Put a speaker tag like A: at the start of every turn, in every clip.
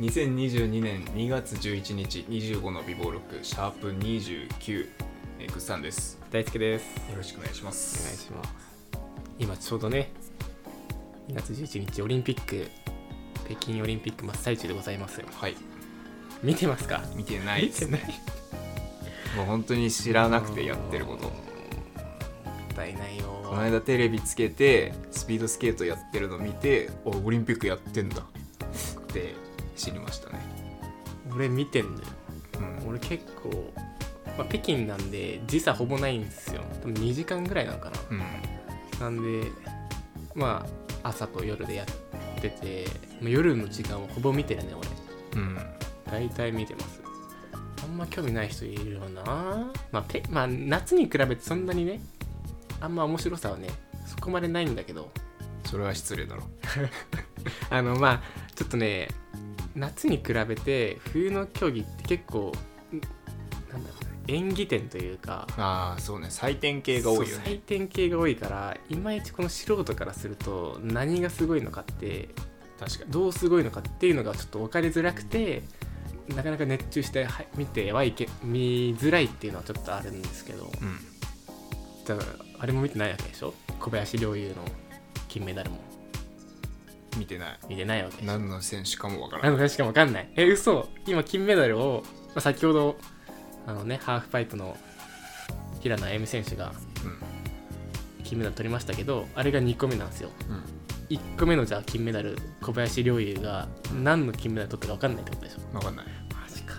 A: 2022年2月11日25の美貌録シャープ29えー、ぐっさんです
B: 大輔です
A: よろしくお願いしま
B: お願い
A: す
B: します今ちょうどね2月11日オリンピック北京オリンピック真っ最中でございますよ
A: はい
B: 見てますか
A: 見てないですねもう本当に知らなくてやってること
B: もったいないよ
A: この間テレビつけてスピードスケートやってるの見ておオリンピックやってんだって知りましたね
B: 俺見てんのよ
A: うん
B: 俺結構、まあ、北京なんで時差ほぼないんですよ多分2時間ぐらいなのかな
A: うん
B: なんでまあ朝と夜でやっててもう夜の時間はほぼ見てるね俺
A: うん
B: 大体見てますあんま興味ない人いるよなまあ、ペまあ夏に比べてそんなにねあんま面白さはねそこまでないんだけど
A: それは失礼だろ
B: あのまあちょっとね夏に比べて冬の競技って結構んなんだろうな演技点というか
A: ああそうね採点系が多いよ
B: そう
A: ね
B: 採点系が多いからいまいちこの素人からすると何がすごいのかって
A: 確か
B: どうすごいのかっていうのがちょっと分かりづらくてなかなか熱中しては見てはいけ見づらいっていうのはちょっとあるんですけど
A: にうん
B: だからあれも見てないわけでしょ小林陵侑の金メダルも
A: 見てない
B: 見てないわけでしょ
A: 何の選手かもわからない
B: 何の話かも分かんないえ嘘今金メダルを、まあ先ほどあのねハーフパイプの平野歩夢選手が金メダル取りましたけどあれが2個目なんですよ
A: うんうん
B: 1個目のじゃあ金メダル小林陵侑が何の金メダル取ったか分かんないってことでしょ
A: 分かんない
B: マジか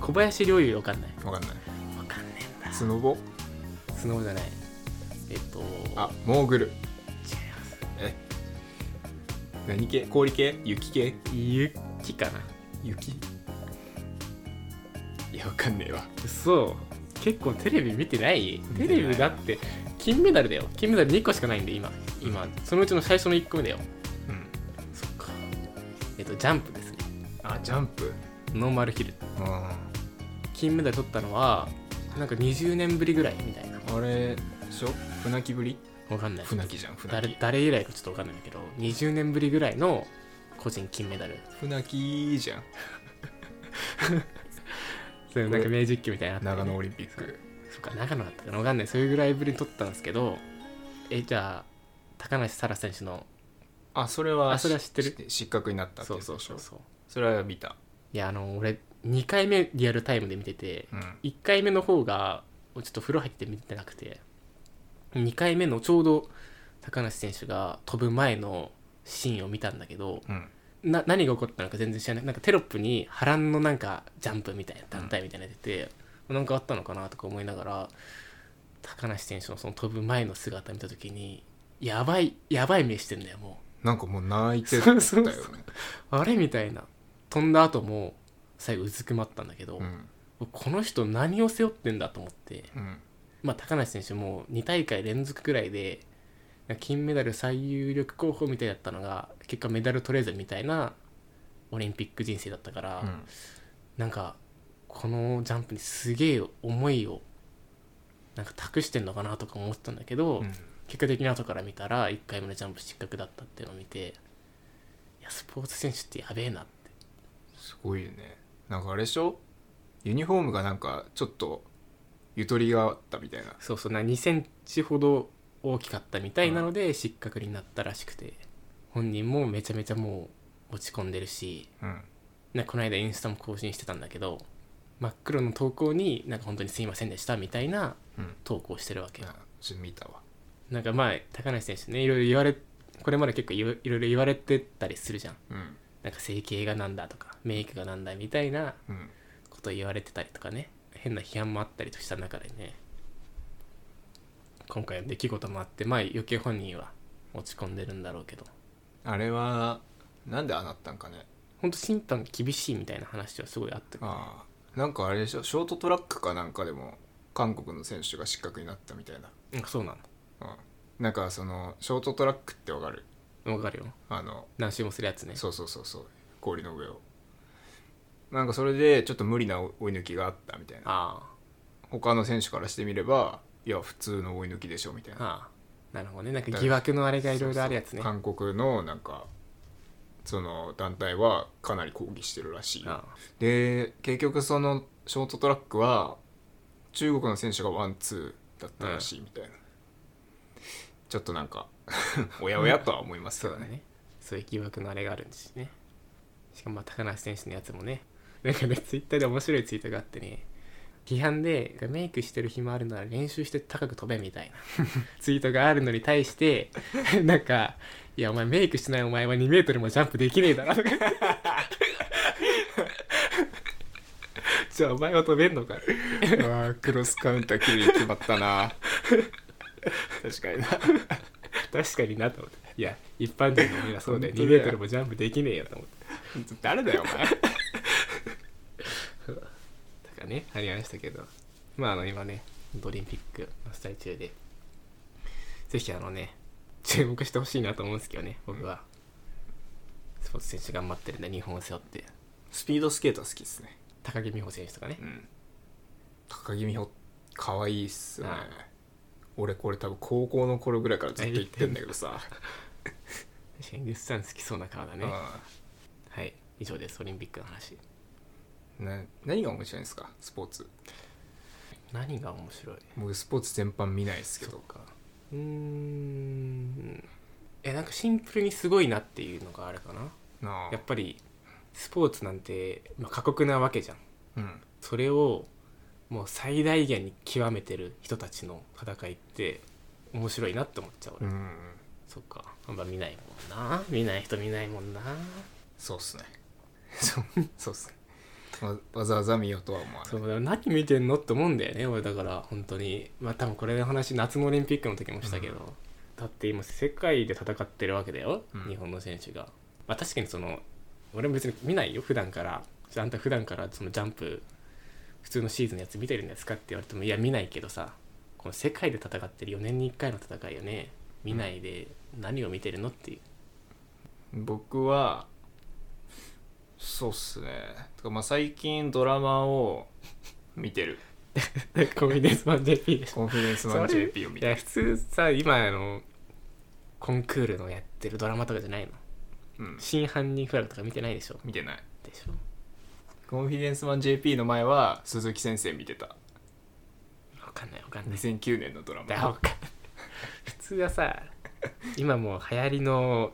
B: 小林陵侑分かんない
A: 分かんない
B: 分かんねえんだ
A: スノボ
B: スノボじゃないえっと
A: あモーグル
B: 違います
A: え何系氷系雪系
B: 雪かな
A: 雪いや分かんねえわ
B: そう結構テレビ見てない
A: 見てな
B: テ
A: い
B: レビだって金メダルだよ金メダル2個しかないんで今今そのうちの最初の1個目だよ
A: うん
B: そっかえっとジャンプですね
A: あジャンプ
B: ノーマルヒル
A: うん
B: 金メダル取ったのはなんか20年ぶりぐらいみたいな
A: あれでしょ船木ぶり
B: わかんない
A: 船木じゃん船
B: 誰
A: 木
B: 誰以来かちょっとわかんないんだけど20年ぶりぐらいの個人金メダル
A: 船木じゃん
B: そういうなんか名実況みたいなのあったよね
A: 長野オリンピック
B: そっか長野だったかなわかんないそれぐらいぶりに取ったんですけどえじゃあ高梨沙羅選手の
A: あそれは
B: あそれは知ってる
A: し失格になったって
B: そ
A: や
B: う
A: つでしょ
B: そうそうそう
A: それは見た
B: いやあの俺2回目リアルタイムで見てて
A: うん
B: 1回目の方がちょっと風呂入って見てなくて2回目のちょうど高梨選手が飛ぶ前のシーンを見たんだけど
A: うん
B: な何が起こったのか全然知らないなんかテロップに波乱のなんかジャンプみたいな団体みたいなの出て、なんかあったのかなとか思いながら高梨選手のその飛ぶ前の姿見た時にやばいやばい目してんだよも
A: なんかもう泣いうてた
B: そ
A: よ
B: うそう
A: ね
B: そうあれみたいな飛んだ後も最後うずくまったんだけど、
A: うん
B: この人何を背負ってんだと思って、
A: うん
B: まあ、高梨選手も2大会連続ぐらいで金メダル最有力候補みたいだったのが結果メダル取れずみたいなオリンピック人生だったから、
A: うん
B: なんかこのジャンプにすげえ思いをなんか託してんのかなとか思ってたんだけど、
A: うん
B: 結果的に後から見たら1回目のジャンプ失格だったっていうのを見ていやスポーツ選手ってやべえなって
A: すごいよねなんかあれでしょユニフォームがなんかちょっとゆとりがあったみたいな
B: そうそうな2センチほど大きかったみたいなので失格になったらしくて、本人もめちゃめちゃもう落ち込んでるし
A: うん
B: なこの間インスタも更新してたんだけど真っ黒の投稿になんか本当にすいませんでしたみたいな
A: うん
B: 投稿してるわけよ、
A: あちょっと見たわ
B: なんかまあ高梨選手ねいろいろ言われこれまで結構いろいろいろ言われてたりするじゃん
A: うん
B: なんか整形がなんだとかメイクがなんだみたいな
A: うん
B: こと言われてたりとかね変な批判もあったりとした中でね今回の出来事もあってまあ余計本人は落ち込んでるんだろうけど
A: あれはなんでああなったんかね
B: ほんと審判が厳しいみたいな話はすごいあった
A: ああなんかあれでしょショートトラックかなんかでも韓国の選手が失格になったみたいな、
B: うんそうな
A: うん、なんかそのショートトラックってわかる
B: のわかるよ
A: あの
B: 何周もするやつね
A: そうそうそうそう氷の上をなんかそれでちょっと無理な追い抜きがあったみたいな
B: あ
A: 他の選手からしてみればいや普通の追い抜きでしょみたい
B: あ
A: な
B: ああなるほどねなんか疑惑のあれがいろいろあるやつね
A: 韓国のなんかその団体はかなり抗議してるらしい
B: あ
A: で結局そのショートトラックは中国の選手がワンツーだったらしいみたいな、ちょっとなんか おやおやとは思いますけ
B: そう
A: ど
B: だ
A: ね
B: ねそういう疑惑のあれがあるんですねしかもまあ高梨選手のやつもねなんかねツイッターで面白いツイートがあってね批判でメイクしてる暇あるなら練習して高く飛べみたいな ツイートがあるのに対してなんか「いやお前メイクしてないお前は2メートルもジャンプできねえ だろ」とかじゃあお前は飛べんのか
A: うわークロスカウンター綺麗に決まったな 確かにな
B: 確かになと思っていや一般人の皆そうだよ
A: 本
B: 2
A: 当だよ
B: メートルもジャンプできねえよと思って
A: 誰だよお前
B: とかねありましたけどまああの今ねオリンピックのスタイ中でぜひあのね注目してほしいなと思うんですけどね僕は、スポーツ選手頑張ってるんで日本を背負って
A: スピードスケートは好きですね
B: 高木美帆選手とかね
A: うん高木美帆可愛いっすよね
B: あ
A: 俺これ多分高校の頃ぐらいからずっと言ってんだけどさ、
B: 確かにグッサン好きそうな 顔だねはい以上ですオリンピックの話
A: うんな何が面白いんですかスポーツ
B: 何が面白い
A: 僕スポーツ全般見ないですけど
B: うーんえなんかシンプルにすごいなっていうのがあるかな
A: なあ
B: やっぱりスポーツなんて、まあ、過酷なわけじゃん
A: うん
B: それをもう最大限に極めてる人たちの戦いって面白いなって思っちゃう
A: う
B: 俺、
A: ん
B: そっかあんま見ないもんな見ない人見ないもんな
A: そうっすね そうそうっすねわわざわざ見ようとは思わない
B: そうだから何見てんのって思うんだよね俺だから本当にまあ多分これの話夏のオリンピックの時もしたけど、だって今世界で戦ってるわけだよ、
A: うん
B: 日本の選手がまあ確かにその俺も別に見ないよ普段からあんた普段からそのジャンプ普通のシーズンのやつ見てるんですかって言われてもいや見ないけどさこの世界で戦ってる4年に1回の戦いよね見ないで何を見てるのっていう
A: 僕はそうっすねてかまあ最近ドラマを見て る
B: コンフィデンスマン JP でしょ
A: コンフィデンスマン
B: それ
A: JP を見
B: い
A: て
B: や
A: る
B: 普通さ今あのコンクールのやってるドラマとかじゃないの
A: うん
B: 真犯人フラグとか見てないでしょ
A: 見てない
B: でしょ
A: コンフィデンスマン JP の前は鈴木先生見てた
B: わかんないわかんない
A: 2009年のドラ
B: だわ
A: マ
B: かんない普通はさ今もう流行りの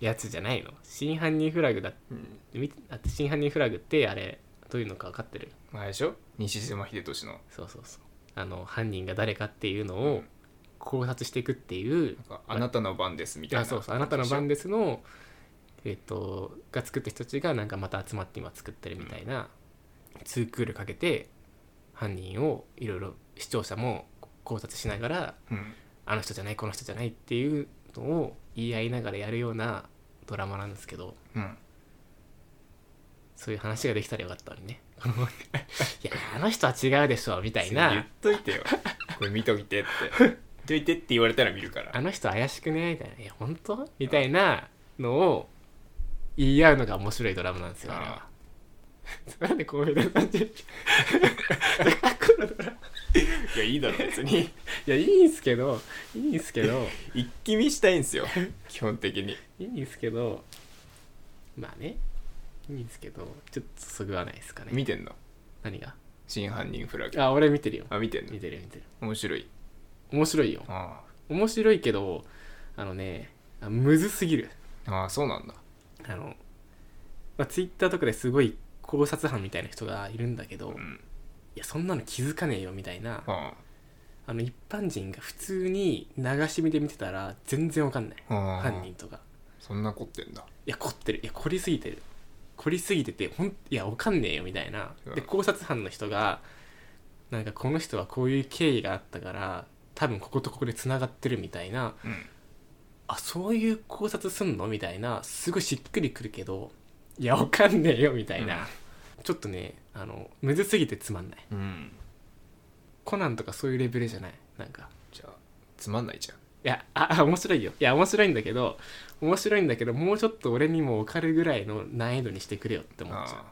B: やつじゃないの真犯人フラグだって
A: うん
B: 見てあ真犯人フラグってあれどういうのか分かってる
A: まああれでしょ西島秀俊の
B: そうそうそうあの犯人が誰かっていうの
A: う
B: を
A: ん
B: 考察していくっていう
A: なんかあなたの番ですみたいな
B: あそうそうあなたの番
A: で
B: ですのえっ、とが作った人たちがなんかまた集まって今作ってるみたいな、ツークールかけて犯人をいろいろ視聴者も考察しながら
A: すうん
B: あの人じゃないこの人じゃないっていうのを言い合いながらやるようなドラマなんですけど
A: うん
B: そういう話ができたらよかったのに ねこのいやあの人は違うでしょみたい
A: 言っ
B: な
A: といてよ これ見といてって見といてって言われたら見るから
B: あの人怪しくねみたいないや本当みたいなのを言い合うのが面白いドラマなんですよあれは
A: あ。
B: なんでこういうのなんて いう
A: いやいいだろ別に
B: いやいいんすけどいいんすけど
A: 一気見したいんですよ基本的に
B: いいんすけどまあねいいんすけどちょっとそぐわないですかね
A: 見てんの
B: 何が
A: 真犯人フラグ
B: あ俺見てるよ
A: あ見てんの
B: 見てるよ見てる
A: 面白い
B: 面白いよ
A: あ
B: 面白いけどあのねあむずすぎる
A: あああそうなんだ
B: あの、まあ、ツイッターとかですごい考察班みたいな人がいるんだけど、
A: う
B: い
A: ん
B: やそんなの気づかねえよみたいな
A: あ
B: あの一般人が普通に流し見で見てたら全然わかんない
A: あああ
B: 犯人とか
A: そんな凝ってんだ
B: いや凝ってるいや凝りすぎてる凝りすぎててほんいやわかんねえよみたいな、
A: うん
B: で考察班の人がなんかこの人はこういう経緯があったから多分こことここでつながってるみたいな
A: うん
B: あそういう考察すんのみたいなすごいしっくりくるけどいやわかんねえよみたいな、ちょっとねあのむずすぎてつまんない
A: うん
B: コナンとかそういうレベルじゃないなんか
A: じゃあつまんないじゃん
B: いやああ面白いよいや面白いんだけど面白いんだけどもうちょっと俺にも分かるぐらいの難易度にしてくれよって思っちゃう
A: あ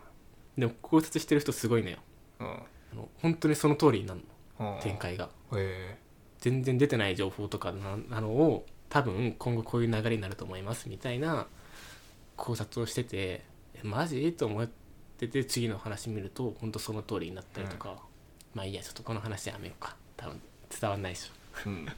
B: でも考察してる人すごいのよ
A: あうん
B: あの本当にその通りになる
A: あ
B: の
A: あ
B: 展開が
A: へ
B: 全然出てない情報とかななのを多分今後こういう流れになると思いますみたいな考察をしててえマジと思ってて次の話見ると本当その通りになったりとか、まあいいやちょっとこの話やめようか多分伝わんないでしょ
A: うん、
B: 伝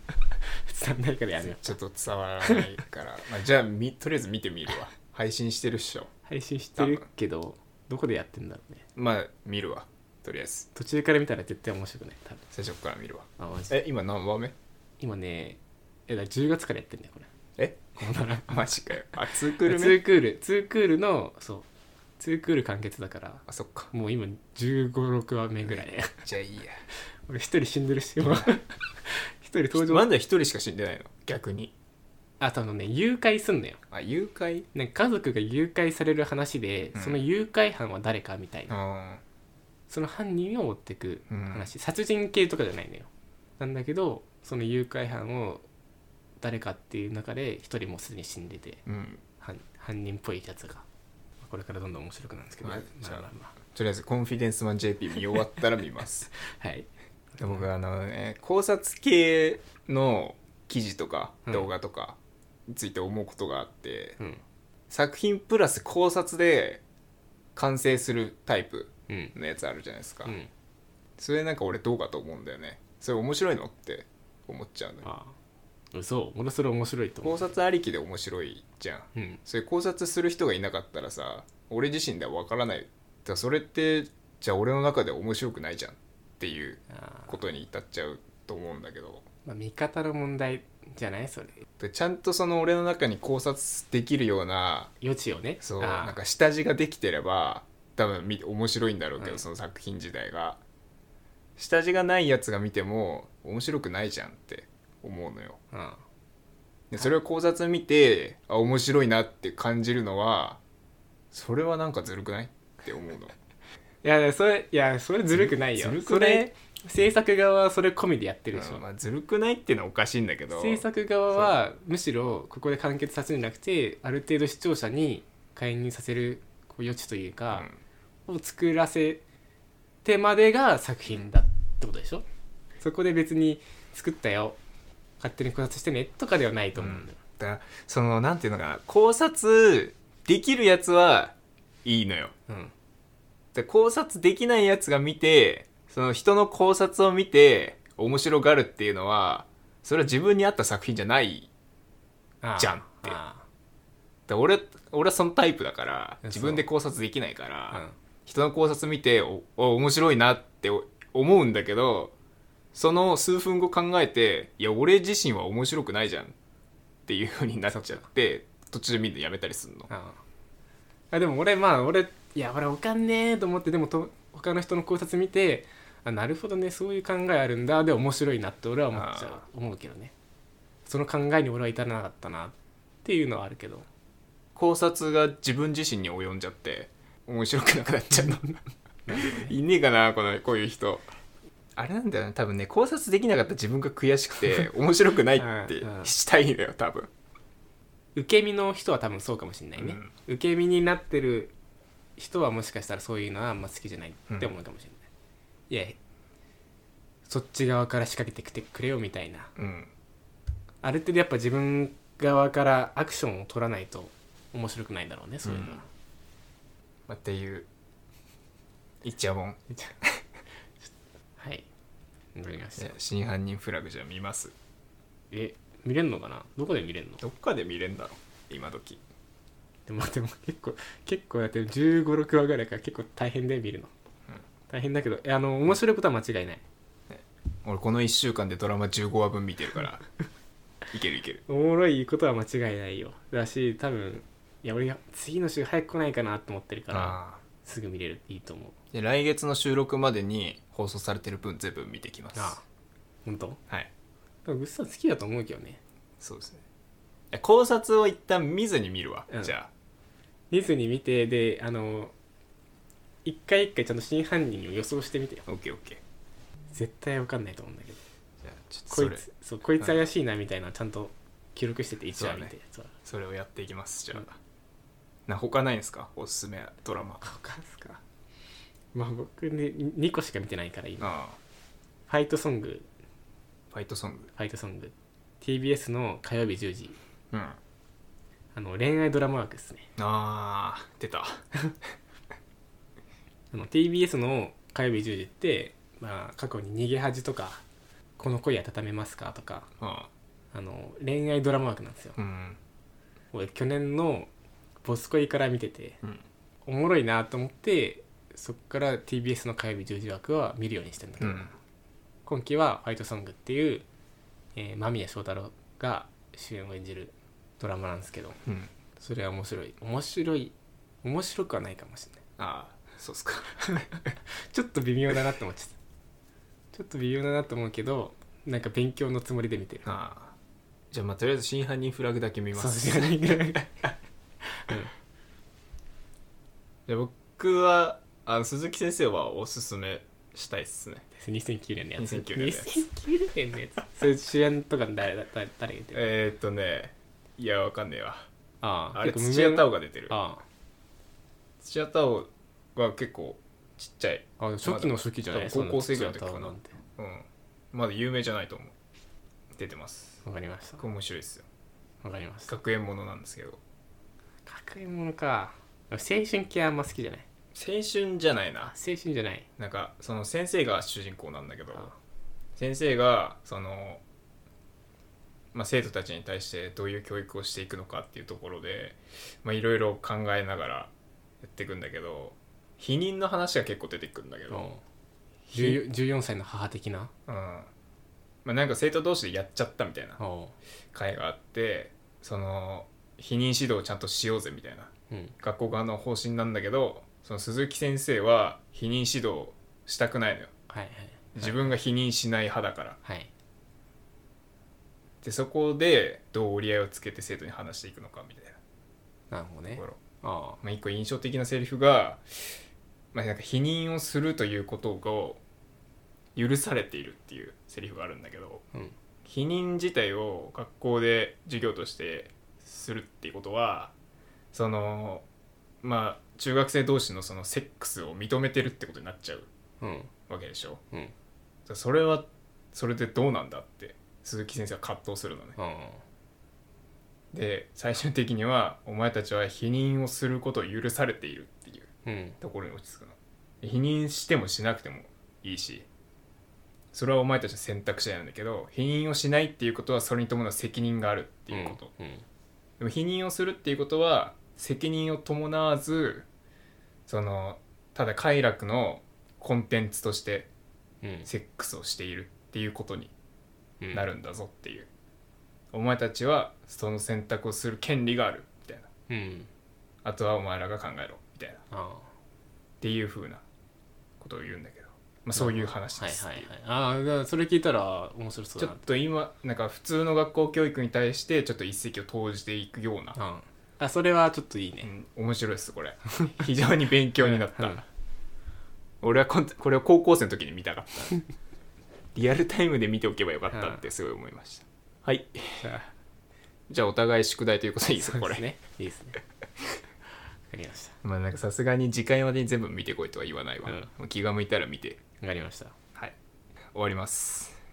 B: わんないからやめよう
A: ちょっと伝わらないから、 まあ、じゃあみとりあえず見てみるわ配信してるっしょ
B: 配信してるけどどこでやってんだろうね
A: まあ見るわとりあえず
B: 途中から見たら絶対面白くない多分
A: 最初から見るわ
B: あマジで
A: え今何 話目
B: 今ねえだから10月からやってんだよこれ
A: え
B: このドラマ
A: マジかよあツーク
B: ツ
A: ール目
B: ークールツークールのそうツークール完結だから
A: あそっか
B: もう今1 5 6話目ぐらい
A: じゃあいいや
B: 俺一人死んでるし今 一人登場
A: まだ一人しか死んでないの逆に
B: あとあのね誘拐すんのよ
A: あ誘拐
B: なんか家族が誘拐される話で、
A: うん
B: その誘拐犯は誰かみたいな
A: あ
B: その犯人を追ってく話、殺人系とかじゃないのよなんだけどその誘拐犯を誰かっていう中で一人もうすでに死んでて
A: ーうん
B: 犯犯人っぽいやつがこれからどんどん面白くなるんですけど、
A: はい
B: まあまあま
A: とりあえず「コンフィデンスマン JP」見終わったら見ます
B: あはい
A: で僕あのね考察系の記事とか
B: うん
A: 動画とかについて思うことがあって、
B: うん
A: 作品プラス考察で完成するタイプ
B: うん
A: のやつあるじゃないですか、
B: うん
A: それなんか俺どうかと思うんだよねそれ面白いのって思っちゃうのよ
B: ああ嘘俺それ面白いと思
A: 考
B: う
A: 察ありきで面白いじゃん
B: うん
A: それ考察する人がいなかったらさ俺自身では分からないだからそれってじゃあ俺の中で面白くないじゃんっていう
B: ああ
A: ことに至っちゃうと思うんだけど
B: まあ見方の問題じゃないそれ
A: でちゃんとその俺の中に考察できるような
B: 余地をね
A: そう
B: ああ
A: なんか下地ができてれば多分見面白いんだろうけど、
B: うん
A: その作品自体が下地がないやつが見ても面白くないじゃんって思うのよ
B: あ
A: でそれを考察見てあ面白いなって感じるのはそれはなんかずるくないって思 うの
B: いやそれいやそれずるくないよ
A: ずる
B: そ
A: くない
B: れ制作側はそれ込みでやってるでし
A: うん
B: ょ、
A: まあ、ずるくないっていうのはおかしいんだけど
B: 制作側はむしろここで完結させるんじゃなくてある程度視聴者に介入させるこう余地という
A: う
B: か、
A: ん
B: を作らせてまでが作品だってことでしょそこで別に作ったよ勝手に考察してねとかではないと思うんだよ、
A: だからそのなんていうのかな考察できるやつはいいのよ
B: うん
A: で考察できないやつが見てその人の考察を見て面白がるっていうのはそれは自分に合った作品じゃない
B: ああ
A: じゃんって
B: あ
A: だ俺俺はそのタイプだから
B: そう
A: 自分で考察できないか
B: あ
A: ら、
B: うん
A: 人の考察見ておお面白いなって思うんだけどその数分後考えていや俺自身は面白くないじゃんっていう風になっちゃって途中でみんなやめたりするの
B: ああでも俺まあ俺いや俺おかんねえと思ってでもと他の人の考察見てあなるほどねそういう考えあるんだで面白いなって俺は思っちゃ
A: あ
B: う思うけどねその考えに俺は至らなかったなっていうのはあるけど
A: 考察が自分自身に及んじゃって面白くなくなっちゃうの いねえかなこのこういう人あれなんだよね多分ね考察できなかった自分が悔しく て面白くないって
B: うんうん
A: したいんだよ多分
B: 受け身の人は多分そうかもしれないね、受け身になってる人はもしかしたらそういうのはあんま好きじゃないって思うかもしれない、いやそっち側から仕掛けてきてくれよみたいな
A: うん
B: ある程度やっぱ自分側からアクションを取らないと面白くないんだろうねそういうのは、
A: うんまあっていういっちゃうもん
B: はいわかりまし
A: い
B: た
A: や真犯人フラグじゃ見ます
B: え見れんのかなどこで見れんの
A: どっかで見れんだろ今時
B: でも でも結構結構だって1 5 6話ぐらいから結構大変で見るの、
A: うん
B: 大変だけどえあの面白いことは間違いない
A: 俺この1週間でドラマ15話分見てるから いけるいける
B: おもろいことは間違いないよだし多分いや俺が次の週早く来ないかなと思ってるから
A: あ
B: すぐ見れるいいと思う
A: で来月の収録までに放送されてる分全部見てきます
B: ああ本当
A: はい
B: でもぐっさん好きだと思うけどね
A: そうですねいや考察を一旦見ずに見るわ、
B: うん
A: じゃ
B: ディズニー見てであの一回一回ちゃんと真犯人を予想してみてよ
A: あ OKOK じゃ
B: 絶対わかんないと思うんだけど
A: あちょっと
B: こ
A: そ
B: い
A: れ
B: つそうこいつ怪しいなみたいなのちゃんと記録してて一話見てそう
A: それをやっていきますじゃあ、
B: うん
A: な他ないんですかおすすめドラマあ
B: 他っすかまあ僕ね2個しか見てないから今
A: あ
B: ファイトソング
A: ファイトソング
B: ファイトソング TBS の火曜日10時
A: うん
B: あの恋愛ドラマ枠ですね
A: あー出た
B: あの TBS の火曜日10時って、まあ、過去に「逃げ恥」とか「この恋温めますか?」とか
A: あ
B: あの恋愛ドラマ枠なんですよ
A: ーうん
B: 俺去年の「ボス恋」から見てて
A: うん
B: おもろいなと思ってそっから TBS の火曜日10時枠は見るようにしてんだけ
A: う
B: ど、
A: ん
B: 今期は「ファイトソング」っていう、えー間宮祥太朗が主演を演じるドラマなんですけど
A: うん
B: それは面白い面白い面白くはないかもしれない
A: ああそうっすか
B: ちょっと微妙だなって思っちゃったちょっと微妙だなと思うけどなんか勉強のつもりで見てる
A: ああじゃあまあとりあえず真犯人フラグだけ見ます
B: そうじゃないぐらい
A: で僕はあの鈴木先生はおすすめしたいっすね
B: 2009年のやつ
A: 2009年のやつ
B: 2009年のやつそれ主演とか誰だ誰誰が出てる、
A: えー、っとねいやわかんねえわ
B: ああ
A: あれ
B: 結構無
A: 土
B: 名
A: 屋
B: な
A: 太鳳が出てる
B: あ
A: 土屋太鳳は結構ちっちゃい、
B: ああ初期の初期じゃない
A: 多分高校生ぐらいの時
B: そ
A: か
B: ん
A: な
B: な土屋太鳳なんて
A: うん、まだ有名じゃないと思う出てます
B: わかりました
A: これ面白いですよ
B: わかりました
A: 学園ものなんですけど
B: 学園ものか青春系あんま好きじゃない
A: 青春じゃない
B: あ
A: な
B: 青春じゃない
A: なんかその先生が主人公なんだけど
B: あ
A: 先生がその、まあ、生徒たちに対してどういう教育をしていくのかっていうところでまあいろいろ考えながらやっていくんだけど否認の話が結構出てくるんだけ
B: う
A: ど、
B: ん14 14歳の母的な
A: うんまあ、なんか生徒同士でやっちゃったみたいな
B: お
A: 会があってその否認指導をちゃんとしようぜみたいな
B: ううん
A: 学校側の方針なんだけどその鈴木先生は否認指導をしたくないのよ
B: はいはい
A: 自分が否認しない派だから、
B: はい
A: でそこでどう折り合いをつけて生徒に話していくのかみたい
B: なるほど
A: な
B: ね
A: ところ、
B: あ
A: まあ、一個印象的なセリフが、まあ、なんか否認をするということを許されているっていうセリフがあるんだけど
B: あうん
A: 否認自体を学校で授業としてするっていうことはそのまあ中学生同士のそのセックスを認めてるってことになっちゃう
B: うん
A: わけでしょ
B: うん
A: それはそれでどうなんだって鈴木先生は葛藤するのね
B: うん
A: で最終的にはお前たちは否認をすることを許されているっていう
B: うん
A: ところに落ち着くの否認してもしなくてもいいしそれはお前たちの選択肢なんだけど否認をしないっていうことはそれに伴う責任があるっていうこと、
B: うん
A: でも否認をするっていうことは責任を伴わずそのただ快楽のコンテンツとして
B: うん
A: セックスをしているっていうことに
B: うん
A: なるんだぞっていう、お前たちはその選択をする権利があるみたいな
B: うん
A: あとはお前らが考えろみたいなっ
B: あ
A: ていう風なことを言うんだけど、まあ、そういう話
B: あは
A: で
B: い
A: す、
B: はいはいああだからそれ聞いたら面白そう
A: ちょ
B: だ
A: っ
B: な
A: と今なんか普通の学校教育に対してちょっと一石を投じていくような、
B: うんあそれはちょっといいね
A: うん、面白いですこれ 非常に勉強になっ
B: うん
A: た俺はこんこれを高校生の時に見たかったリアルタイムで見ておけばよかったってすごい思いましたはい
B: じゃあ
A: じゃあお互い宿題ということでいいですかこ
B: そう
A: れ
B: ですねいいですねわかりました
A: まあなんかさすがに次回までに全部見てこいとは言わないわ、
B: うん
A: もう気が向いたら見て
B: わかりました
A: はい終わります